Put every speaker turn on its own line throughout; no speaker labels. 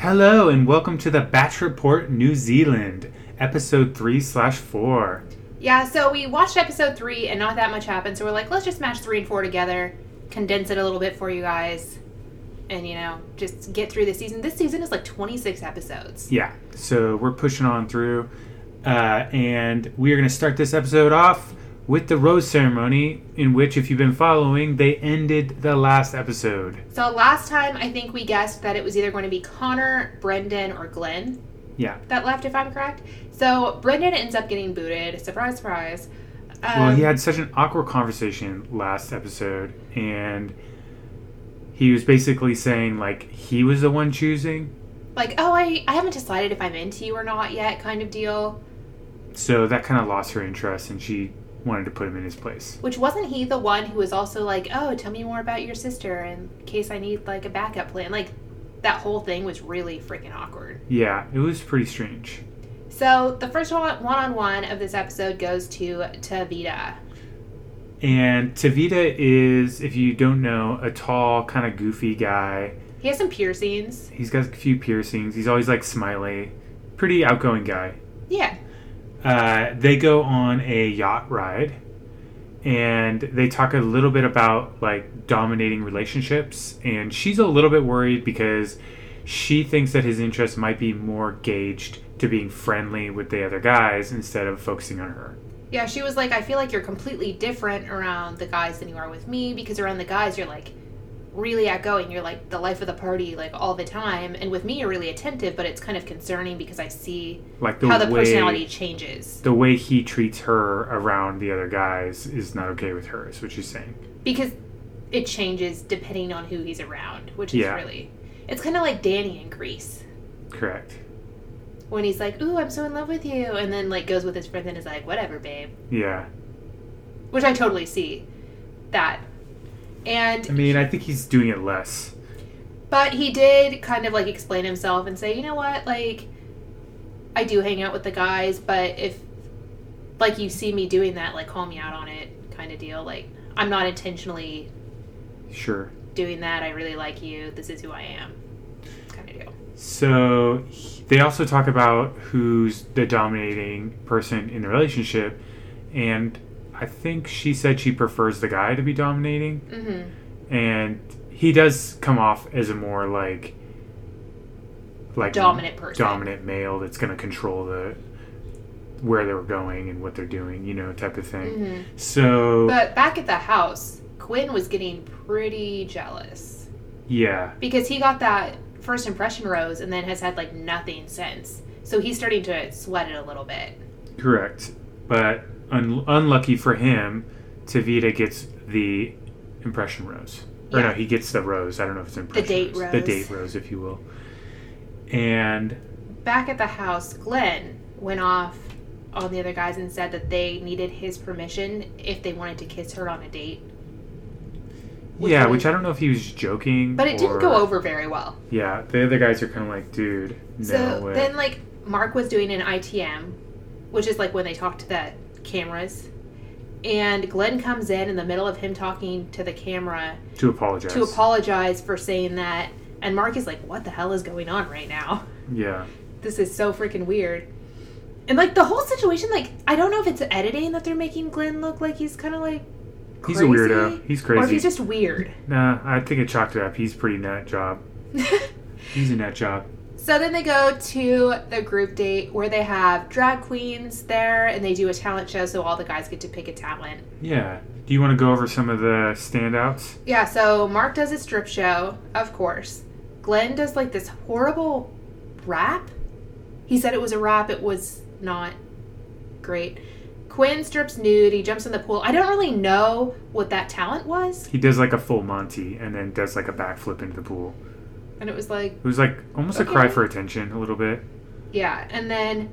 Hello and welcome to the Batch Report New Zealand, episode three slash four.
Yeah, so we watched episode three and not that much happened, so we're like, let's just match three and four together, condense it a little bit for you guys, and you know, just get through the season. This season is like 26 episodes.
Yeah, so we're pushing on through, uh, and we are going to start this episode off with the rose ceremony, in which, if you've been following, they ended the last episode.
So last time, I think we guessed that it was either going to be Connor, Brendan, or Glenn
Yeah.
that left, if I'm correct. So Brendan ends up getting booted. Surprise, surprise. Um,
well, he had such an awkward conversation last episode, and he was basically saying, like, he was the one choosing.
like, oh, I, I haven't decided if I'm into you or not yet, kind of deal.
So that kind of lost her interest, and she wanted to put him in his place.
Which wasn't he the one who was also like, "Oh, tell me more about your sister in case I need like a backup plan." Like that whole thing was really freaking awkward.
Yeah, it was pretty strange.
So the first one on one of this episode goes to Tavita.
And Tavita is, if you don't know, a tall, kind of goofy guy.
He has some piercings.
He's got a few piercings. He's always like smiley, pretty outgoing guy.
Yeah.
Uh, they go on a yacht ride, and they talk a little bit about like dominating relationships. And she's a little bit worried because she thinks that his interest might be more gauged to being friendly with the other guys instead of focusing on her.
Yeah, she was like, "I feel like you're completely different around the guys than you are with me because around the guys you're like really outgoing. You're like the life of the party like all the time, and with me you're really attentive, but it's kind of concerning because I see
Like the
how the
way
personality changes."
the way he treats her around the other guys is not okay with her is what she's saying
because it changes depending on who he's around, which is
Yeah.
really it's kind of like Danny in Greece
correct
when he's like, "Ooh, I'm so in love with you," and then like goes with his friends and is like, "Whatever, babe,"
yeah
which I totally see that. And
i mean i think he's doing it less
but he did kind of like explain himself and say, "You know what? Like I do hang out with the guys, but if like you see me doing that, like call me out on it." kind of deal. Like I'm not intentionally
sure
doing that. I really like you. This is who I am. Kind of deal.
so he- they also talk about who's the dominating person in the relationship and i think she said she prefers the guy to be dominating
Mhm.
and he does come off as a more like like
Dominant person.
dominant male that's going to control the where they're going and what they're doing you know type of thing
Mhm.
so
But back at the house, Quinn was getting pretty jealous
yeah
because he got that first impression rose and then has had like nothing since. So he's starting to sweat it a little bit.
correct but un- unlucky for him tavita gets the impression rose or no
Yeah.
he gets the rose i don't know if it's impression
date
the
rose.
date rose if you will and
Back at the house, Glenn went off on the other guys and said that they needed his permission if they wanted to kiss her on a date. Which
yeah
one?
which i don't know if he was joking
But it
or-
didn't go over very well.
yeah the other guys are kind of like dude no
so
way
then, like, Mark was doing an ITM, which is like when they talk to the cameras. And Glenn comes in in the middle of him talking to the camera
to apologize
to apologize for saying that. And Mark is like, what the hell is going on right now?
yeah
This is so freaking weird. And like the whole situation, like, I don't know if it's editing that they're making Glenn look like he's kind of like.
He's a
crazy,
weirdo. He's
Or if
crazy.
he's just weird.
nah, I think I chalked it up. He's pretty nut job. He's a nut job.
so then they go to the group date where they have drag queens there and they do a talent show so all the guys get to pick a talent.
Yeah. Do you want to go over some of the standouts?
Yeah, so Mark does a strip show, of course. Glenn does like this horrible rap. He said it was a rap, it was not great. Quinn strips nude, he jumps in the pool. I don't really know what that talent was.
He does like a full Monty and then does like a backflip into the pool.
And it was like,
It was like almost a
Okay.
cry for attention a little bit.
yeah. And then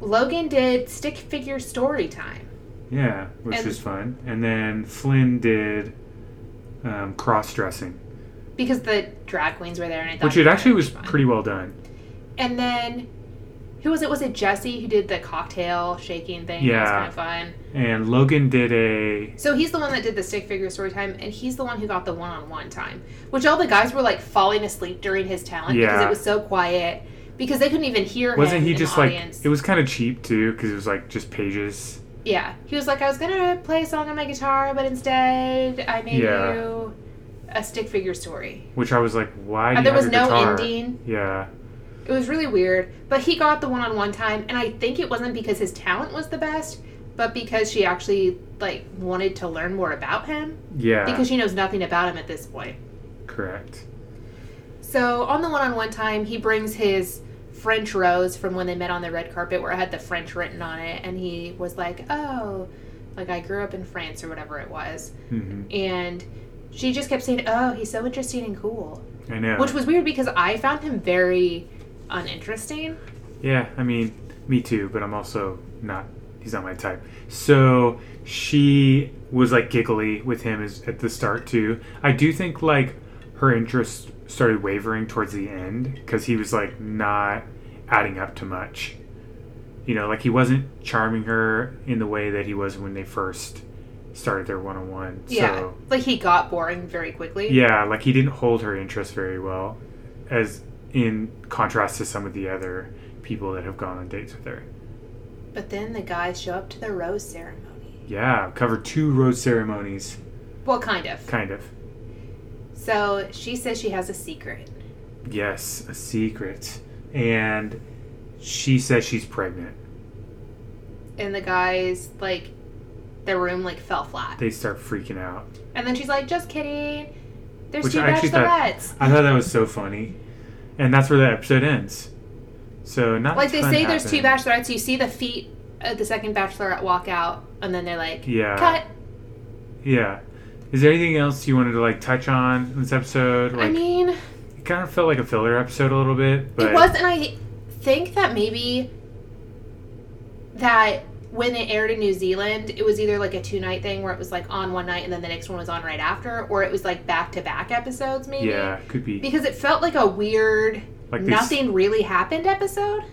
Logan did stick figure story time.
Yeah, which
And-
was fun. And then Flynn did um, cross dressing,
Because the drag queens were there and I thought
which it
that
actually
would
was
be fun.
pretty well done.
And then Who was it? Was it Jesse who did the cocktail shaking thing? That was
Yeah.
kind of fun.
And Logan did a
So he's the one that did the stick figure story time, and he's the one who got the one on one time, which all the guys were like falling asleep during his talent because
Yeah.
it was so quiet because they couldn't even hear him.
wasn't he
in the
just like
audience.
it was kind of cheap too because it was like just pages.
Yeah, he was like, I was gonna play a song on my guitar, but instead I made
Yeah.
you a stick figure story.
Which I was like, why? Do
And
you
Uh, there
have
was
a
no
guitar?
ending.
Yeah,
It was really weird, but he got the one-on-one time, and I think it wasn't because his talent was the best, but because she actually like wanted to learn more about him
yeah,
because she knows nothing about him at this point.
correct.
So on the one-on-one time, he brings his French rose from when they met on the red carpet, where it had the French written on it, and he was like, "Oh, like I grew up in France or whatever it was."
hmm
and she just kept saying, "Oh, he's so interesting and cool,"
I know.
which was weird because I found him very uninteresting.
Yeah, I mean, me too, but I'm also not. He's not my type. So she was like giggly with him as, at the start too. I do think like her interest started wavering towards the end because he was like not adding up to much. You know, like he wasn't charming her in the way that he was when they first started their one on one.
Yeah,
So
like he got boring very quickly.
yeah, like he didn't hold her interest very well, as in contrast to some of the other people that have gone on dates with her.
But then the guys show up to the rose ceremony.
Yeah, covered two rose ceremonies,
Well, kind of.
kind of.
So she says she has a secret.
Yes, a secret. And she says she's pregnant.
And the guys, like, the room, like, fell flat.
They start freaking out.
And then she's like, just kidding. There's
Which
two
I actually thought-
bachelorettes.
I thought that was so funny. And that's where the episode ends. So not a
Like, they
ton
say there's two
happened.
bachelorettes. You see the feet of the second bachelorette walk out, and then they're like,
Yeah.
cut.
Yeah. Is there anything else you wanted to like touch on in this episode? Like
I mean,
it kind of felt like a filler episode a little bit, but
It was, and I think that maybe that when it aired in New Zealand, it was either like a two night thing where it was like on one night and then the next one was on right after, or it was like back to back episodes, maybe.
yeah, could be
Because it felt like a weird,
like they s-
nothing really happened episode,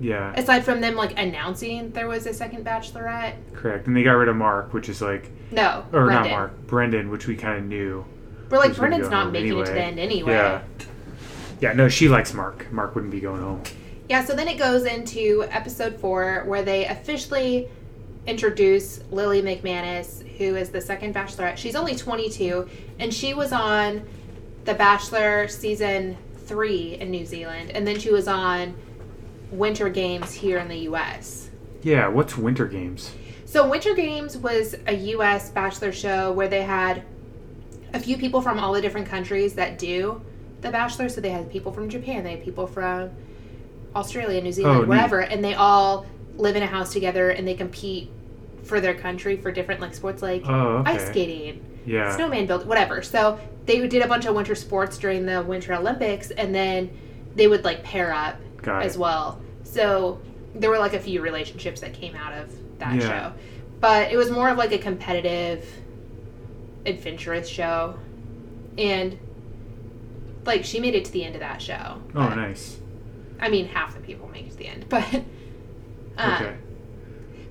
Yeah,
aside from them like announcing there was a second bachelorette.
correct. And they got rid of Mark, which is like
No,
or
Brendan.
not Mark, Brendan, which we kind of knew.
We're like
Who's gonna
Brendan's
go
not
home
making it to the
anyway.
end anyway.
Yeah. Yeah, no, she likes Mark. Mark wouldn't be going home.
Yeah, so then it goes into episode four where they officially introduce Lily McManus, who is the second bachelorette. She's only 22, and she was on The Bachelor season three in New Zealand, and then she was on Winter Games here in the US.
Yeah, what's Winter Games?
So, Winter Games was a US bachelor show where they had a few people from all the different countries that do The Bachelor. So, they had people from Japan, they had people from Australia, New
Oh,
Zealand,
neat.
wherever, and they all live in a house together and they compete for their country for different like sports like
Oh, okay.
ice skating,
Yeah,
snowman build, whatever. So, they did a bunch of winter sports during the Winter Olympics and then they would like pair up
got
as
it.
well. So there were like a few relationships that came out of that
Yeah.
show. But it was more of like a competitive, adventurous show. And like she made it to the end of that show.
Oh,
But-
nice.
I mean, half the people make it to the end. But. Uh,
okay.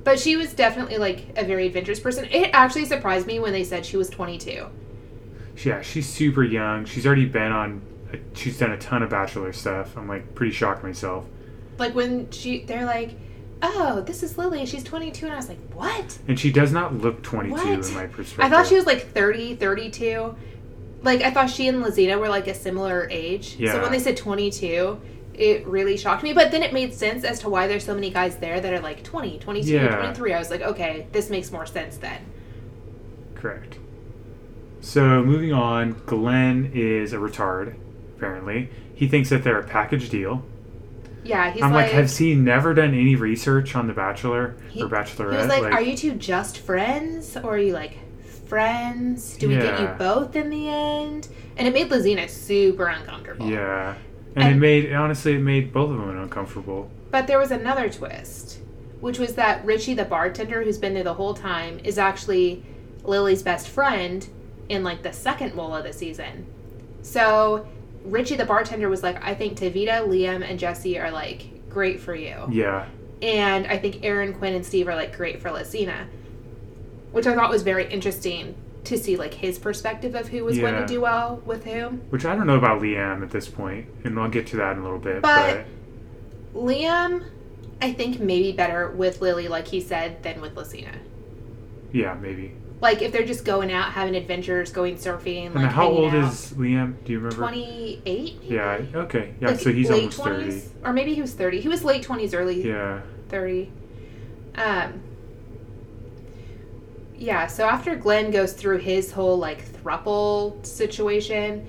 But she was definitely like a very adventurous person. It actually surprised me when they said she was 22.
Yeah, she's super young. She's already been on. She's done a ton of bachelor stuff. I'm like pretty shocked myself.
Like when she, they're like, "Oh, this is Lily. She's 22," and I was like, "What?"
And she does not look 22
What?
in my perspective.
I thought she was like 30, 32. Like, I thought she and Lizina were like a similar age. So
Yeah.
when they said 22, it really shocked me. But then it made sense as to why there's so many guys there that are like 20, 22,
Yeah.
23. I was like, okay, this makes more sense then.
correct. So moving on, Glenn is a retard. Apparently, he thinks that they're a package deal.
Yeah, he's
I'm like,
like,
has he never done any research on the Bachelor
He-
or
he
Bachelorette?
was like, are you two just friends? Or are you like friends? Do we get you
Yeah.
both in the end? And it made Lizina super uncomfortable.
Yeah. And, it
And-
made honestly it made both of them uncomfortable.
But there was another twist, which was that Richie, the bartender who's been there the whole time, is actually Lily's best friend in like the second bowl of the season. So Richie, the bartender, was like, I think Tavita, Liam, and Jesse are like great for you.
Yeah.
And I think Aaron, Quinn, and Steve are like great for Lucina, which I thought was very interesting to see like his perspective of who was going
Yeah.
to do well with whom.
Which I don't know about Liam at this point, and I'll get to that in a little bit.
But-
But,
Liam, I think maybe better with Lily, like he said, than with Lucina.
yeah, maybe.
Like if they're just going out, having adventures, going surfing.
And
like
how
hanging
old
out.
is Liam? Do you remember?
Twenty eight.
Yeah. Okay. Yeah.
Like,
so he's
late
almost
20s? or maybe he was thirty. He was late twenties, early
thirty. Yeah.
thirty. Um. Yeah. So after Glenn goes through his whole like thruple situation,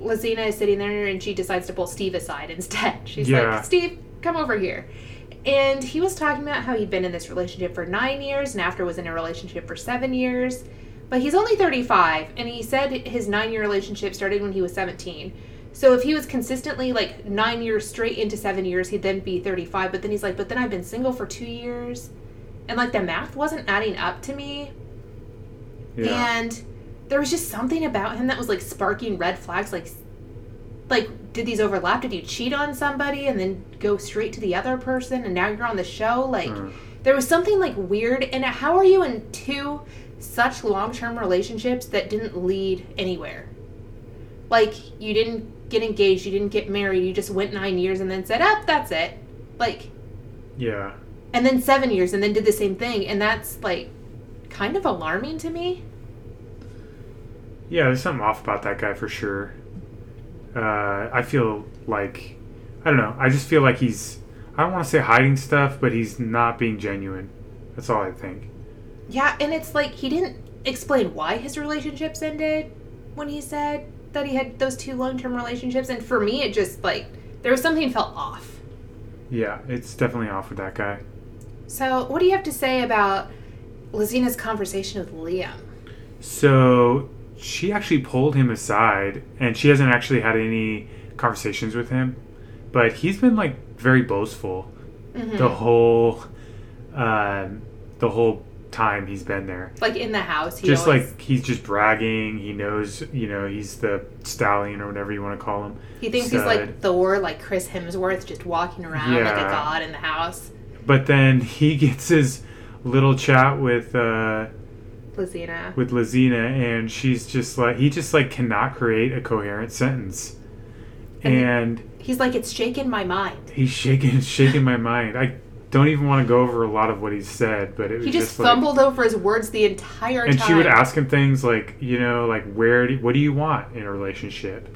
Lazina is sitting there and she decides to pull Steve aside instead. She's
Yeah.
like, Steve, come over here. And he was talking about how he'd been in this relationship for nine years and after was in a relationship for seven years. But he's only 35, and he said his nine year relationship started when he was 17. So if he was consistently like nine years straight into seven years, he'd then be 35. But then he's like, but then I've been single for two years. And like the math wasn't adding up to me.
Yeah.
And there was just something about him that was like sparking red flags. Like, like did these overlap? Did you cheat on somebody and then go straight to the other person and now you're on the show? Like,
Uh,
there was something like weird. And how are you in two such long term relationships that didn't lead anywhere? Like, you didn't get engaged, you didn't get married, you just went nine years and then said, up, that's it. Like,
yeah.
and then seven years and then did the same thing. And that's like kind of alarming to me.
Yeah. There's something off about that guy for sure. Uh, I feel like I don't know. I just feel like he's. I don't want to say hiding stuff, but he's not being genuine. That's all I think.
Yeah, and it's like he didn't explain why his relationships ended when he said that he had those two long term relationships. And for me, it just like there was something felt off.
Yeah, it's definitely off with that guy.
So, what do you have to say about Lizina's conversation with Liam?
So she actually pulled him aside, and she hasn't actually had any conversations with him, but he's been like very boastful the
Hmm.
whole, um, the whole time he's been there.
Like in the house, he
just
always,
like he's just bragging. He knows, you know, he's the stallion or whatever you want to call him.
he thinks he's like Thor, like Chris Hemsworth, just walking around like a
Yeah.
god in the house.
But then he gets his little chat with. Uh,
Lizina,
with Lazina, and she's just like he just like cannot create a coherent sentence,
And-
and
he's like, it's shaken my mind.
he's shaking shaking my mind. I don't even want to go over a lot of what he said, but it was
He just,
like,
fumbled over his words the entire
and
time.
she would ask him things like you know like where do, what do you want in a relationship,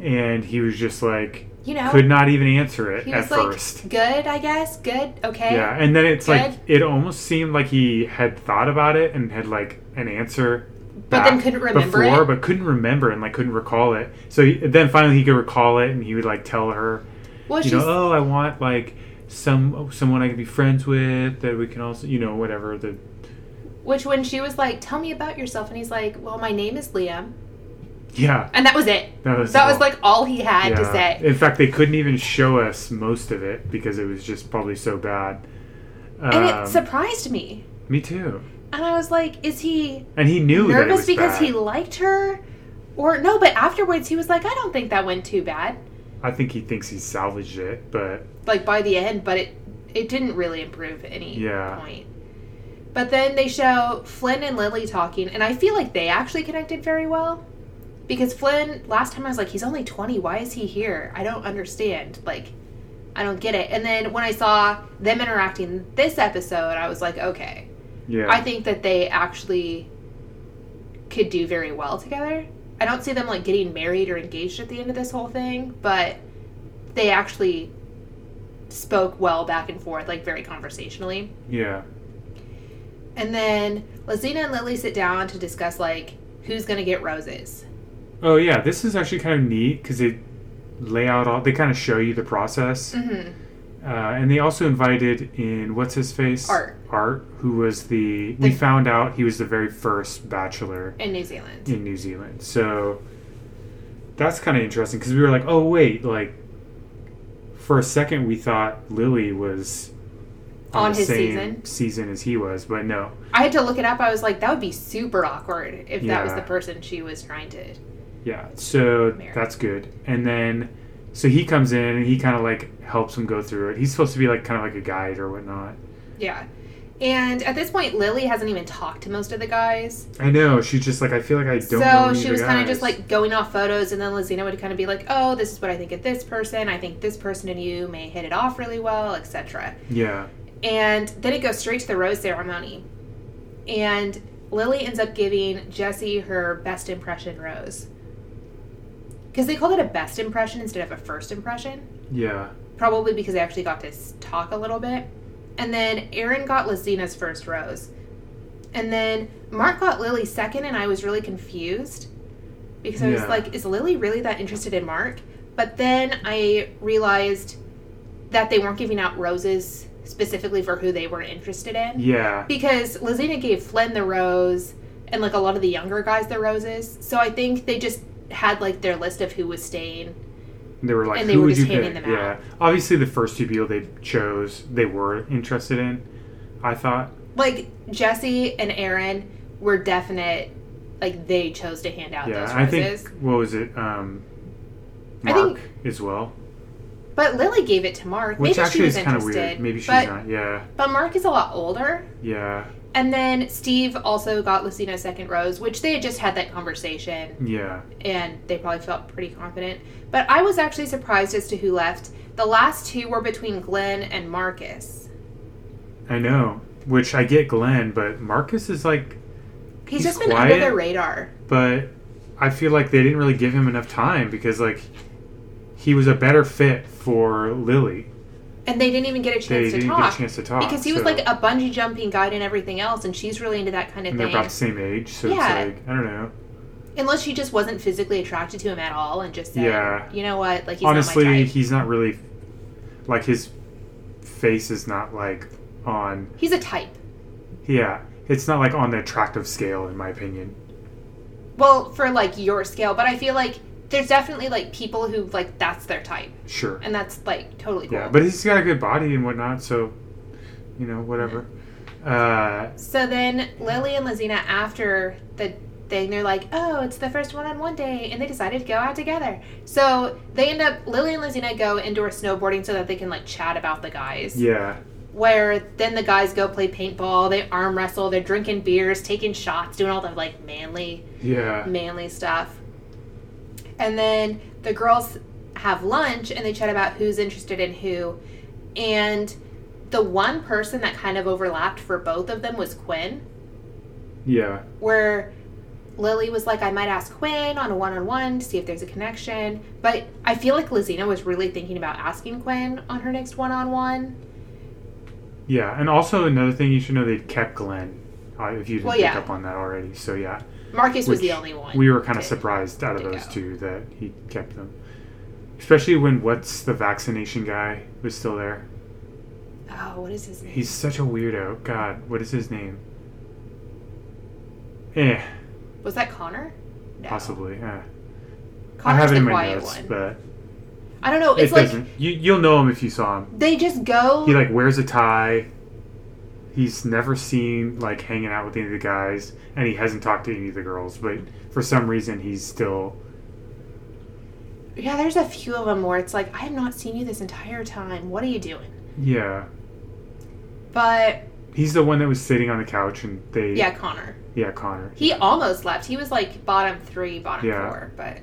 and he was just like
you know,
could not even answer it
he
at
was like,
first.
good, I guess, good, okay.
Yeah, and then it's like
Good.
it almost seemed like he had thought about it and had like an answer,
But then
back
couldn't remember
before,
it.
but couldn't remember and like couldn't recall it. So he, then finally he could recall it, and he would like tell her,
Well,
you
she's,
know, oh, I want like some someone I can be friends with that we can also, you know, whatever the
which when she was like, tell me about yourself, and he's like, well, my name is Liam,
yeah
and that was it.
that was
That was
all-
like all he had to
yeah.
say.
In fact, they couldn't even show us most of it because it was just probably so bad. Um,
and it surprised me.
me too.
And I was like, is he
And he knew that it
nervous
was
because
bad.
he liked her? Or no, but afterwards he was like, I don't think that went too bad.
I think he thinks he salvaged it, but
Like by the end, but it it didn't really improve at any
Yeah.
point. But then they show Flynn and Lily talking, and I feel like they actually connected very well. Because Flynn, last time I was like, he's only 20. Why is he here? I don't understand. Like, I don't get it. And then when I saw them interacting this episode, I was like, okay,
yeah.
I think that they actually could do very well together. I don't see them like getting married or engaged at the end of this whole thing, but they actually spoke well back and forth, like very conversationally.
yeah.
And then Lazina and Lily sit down to discuss like who's gonna get roses.
Oh yeah, this is actually kind of neat because they lay out all. They kind of show you the process,
Mm-hmm.
uh, and they also invited in what's his face
Art.
Art, who was the, we
The-
found out he was the very first bachelor
In New Zealand,
in New Zealand. So that's kind of interesting because we were like, oh wait, like for a second we thought Lily was
On
the
his
same
season?
season as he was, but no,
I had to look it up. I was like, that would be super awkward if that was
Yeah.
the person she was trying to.
Yeah, so
Mary.
that's good. And then So he comes in and he kind of like helps him go through it. He's supposed to be like kind of like a guide or whatnot.
Yeah. And at this point, Lily hasn't even talked to most of the guys.
I know she's just like I feel like I don't.
So
know any
she
of the
was kind of
guys.
just like going off photos, and then Lizina would kind of be like, "Oh, this is what I think of this person. I think this person and you may hit it off really well, etc."
yeah,
And then it goes straight to the rose ceremony, and Lily ends up giving Jesse her best impression rose because they called it a best impression instead of a first impression,
yeah,
probably because they actually got to s- talk a little bit. And then Aaron got Lizina's first rose, and then Mark got Lily's second, and I was really confused because I was
Yeah.
like, "Is Lily really that interested in Mark?" But then I realized that they weren't giving out roses specifically for who they were interested in
yeah,
because Lizina gave Flynn the rose and like a lot of the younger guys the roses. So I think they just had like their list of who was staying.
They were like,
And they
who
were
would
just
you
handing
pick?
them
yeah,
out.
obviously the first two people they chose they were interested in. I thought,
Like Jesse and Aaron were definite. Like they chose to hand out
yeah,
Uh, those
I
roses.
think what was it, um,
I
Mark
think-
as well,
but Lily gave it to Mark.
which
Maybe she
actually
was
is kind of
interested.
weird. Maybe she's
but,
not. Yeah,
But Mark is a lot older.
yeah,
And then Steve also got Lucina's second rose, which they had just had that conversation.
yeah,
and they probably felt pretty confident. But I was actually surprised as to who left. The last two were between Glenn and Marcus.
I know. Which I get Glenn, but Marcus is like,
He's,
He's
just been
quiet.
under the radar.
but I feel like they didn't really give him enough time because like he was a better fit for Lily.
And they didn't even get a
They
chance to
didn't
talk.
get a chance to talk
because he was
so-
like a bungee jumping guide and everything else, and she's really into that kind of
and they're
thing.
about the same age, so
Yeah.
it's like I don't know.
Unless she just wasn't physically attracted to him at all and just said,
Yeah.
you know what, like he's
Honestly,
not my type.
he's not really like his face is not like on.
He's a type.
Yeah, it's not like on the attractive scale, in my opinion.
Well, for like your scale, but I feel like there's definitely like people who like that's their type,
Sure.
and that's like totally cool.
Yeah, but he's got a good body and whatnot, so you know whatever. Uh,
So then Lily and Lizina, after the thing, they're like, oh, it's the first one on one day, and they decided to go out together. So they end up, Lily and Lizina go indoor snowboarding so that they can like chat about the guys.
yeah,
Where then the guys go play paintball, they arm wrestle, they're drinking beers, taking shots, doing all the like manly
yeah,
manly stuff. And then the girls have lunch and they chat about who's interested in who. And the one person that kind of overlapped for both of them was Quinn,
yeah,
where Lily was like, I might ask Quinn on a one on one to see if there's a connection. But I feel like Lizina was really thinking about asking Quinn on her next one on one.
yeah. And also another thing you should know, they kept Glenn. Uh, if you didn't
Well,
pick
yeah.
up on that already, so yeah,
Marcus
Which
was the only one.
we were kind of
to-
surprised out of
to
those
go.
two that he kept them, especially when what's the vaccination guy was still there.
Oh, what is his name?
He's such a weirdo. God, what is his name? Eh,
Was that Connor? No.
possibly. Eh. I
Connor's
have it
the
in my
quiet
notes,
one.
but
I don't know.
it
It's like
doesn't. You, you'll know him if you saw him.
they just go.
He like wears a tie. He's never seen like hanging out with any of the guys, and he hasn't talked to any of the girls. But for some reason, he's still
Yeah, there's a few of them where it's like, I have not seen you this entire time. What are you doing?
yeah.
But
He's the one that was sitting on the couch, and they
yeah, Connor.
yeah Connor
He almost left. He was like bottom three, bottom
Yeah.
four. But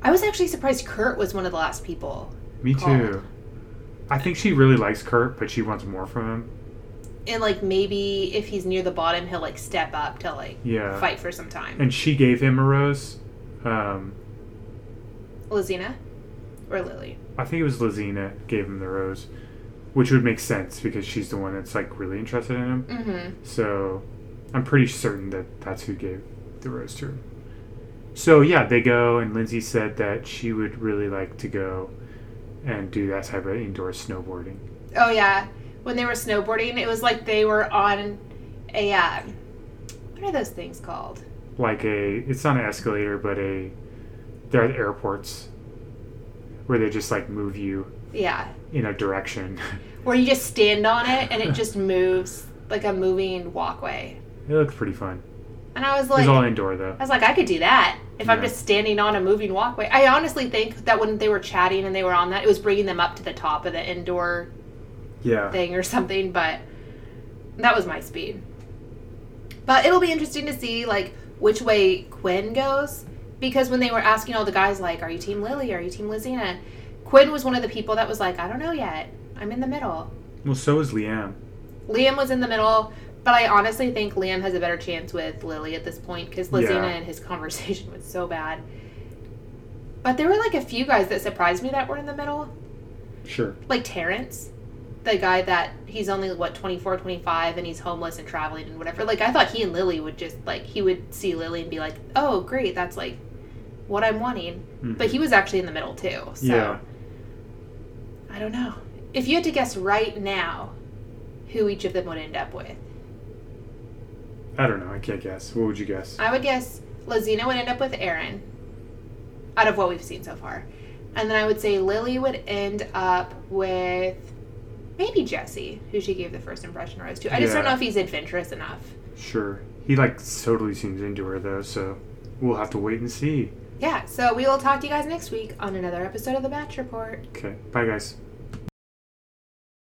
I was actually surprised Kurt was one of the last people.
me
Connor.
too. I think she really likes Kurt, but she wants more from him.
And like maybe if he's near the bottom, he'll like step up to like
Yeah,
fight for some time.
and she gave him a rose. Um,
Lizina or Lily.
I think it was Lizina gave him the rose, which would make sense because she's the one that's like really interested in him.
Mm-hmm.
So I'm pretty certain that that's who gave the rose to him. So yeah, they go, and Lindsay said that she would really like to go and do that type of indoor snowboarding.
Oh yeah, when they were snowboarding, it was like they were on a uh, what are those things called?
Like a, it's not an escalator, but a, they're at airports where they just like move you
Yeah,
in a direction.
where you just stand on it and it just moves like a moving walkway.
it looked pretty fun.
And I was
It
like,
was all indoor though.
I was like, I could do that. if I'm
Yeah.
just standing on a moving walkway. I honestly think that when they were chatting and they were on that, it was bringing them up to the top of the indoor
Yeah.
thing or something, but that was my speed. But it'll be interesting to see like which way Quinn goes because when they were asking all the guys like are you team Lily, are you team Lizina? Quinn was one of the people that was like I don't know yet. I'm in the middle.
well, so is Liam.
Liam was in the middle, but I honestly think Liam has a better chance with Lily at this point because Lizina
Yeah.
and his conversation was so bad. But there were like a few guys that surprised me that were in the middle
Sure.
like Terrence, the guy that he's only what 24, 25 and he's homeless and traveling and whatever. Like I thought he and Lily would just like he would see Lily and be like, "Oh, great, that's like what I'm wanting."
Mm-hmm.
But he was actually in the middle too. So
Yeah.
I don't know. If you had to guess right now who each of them would end up with,
I don't know. I can't guess. What would you guess?
I would guess Lazina would end up with Aaron out of what we've seen so far. And then I would say Lily would end up with maybe Jesse, who she gave the first impression rose to. I just don't
Yeah.
know if he's adventurous enough.
Sure. He like totally seems into her though, so we'll have to wait and see.
Yeah, so we will talk to you guys next week on another episode of The Batch Report.
Okay. Bye, guys.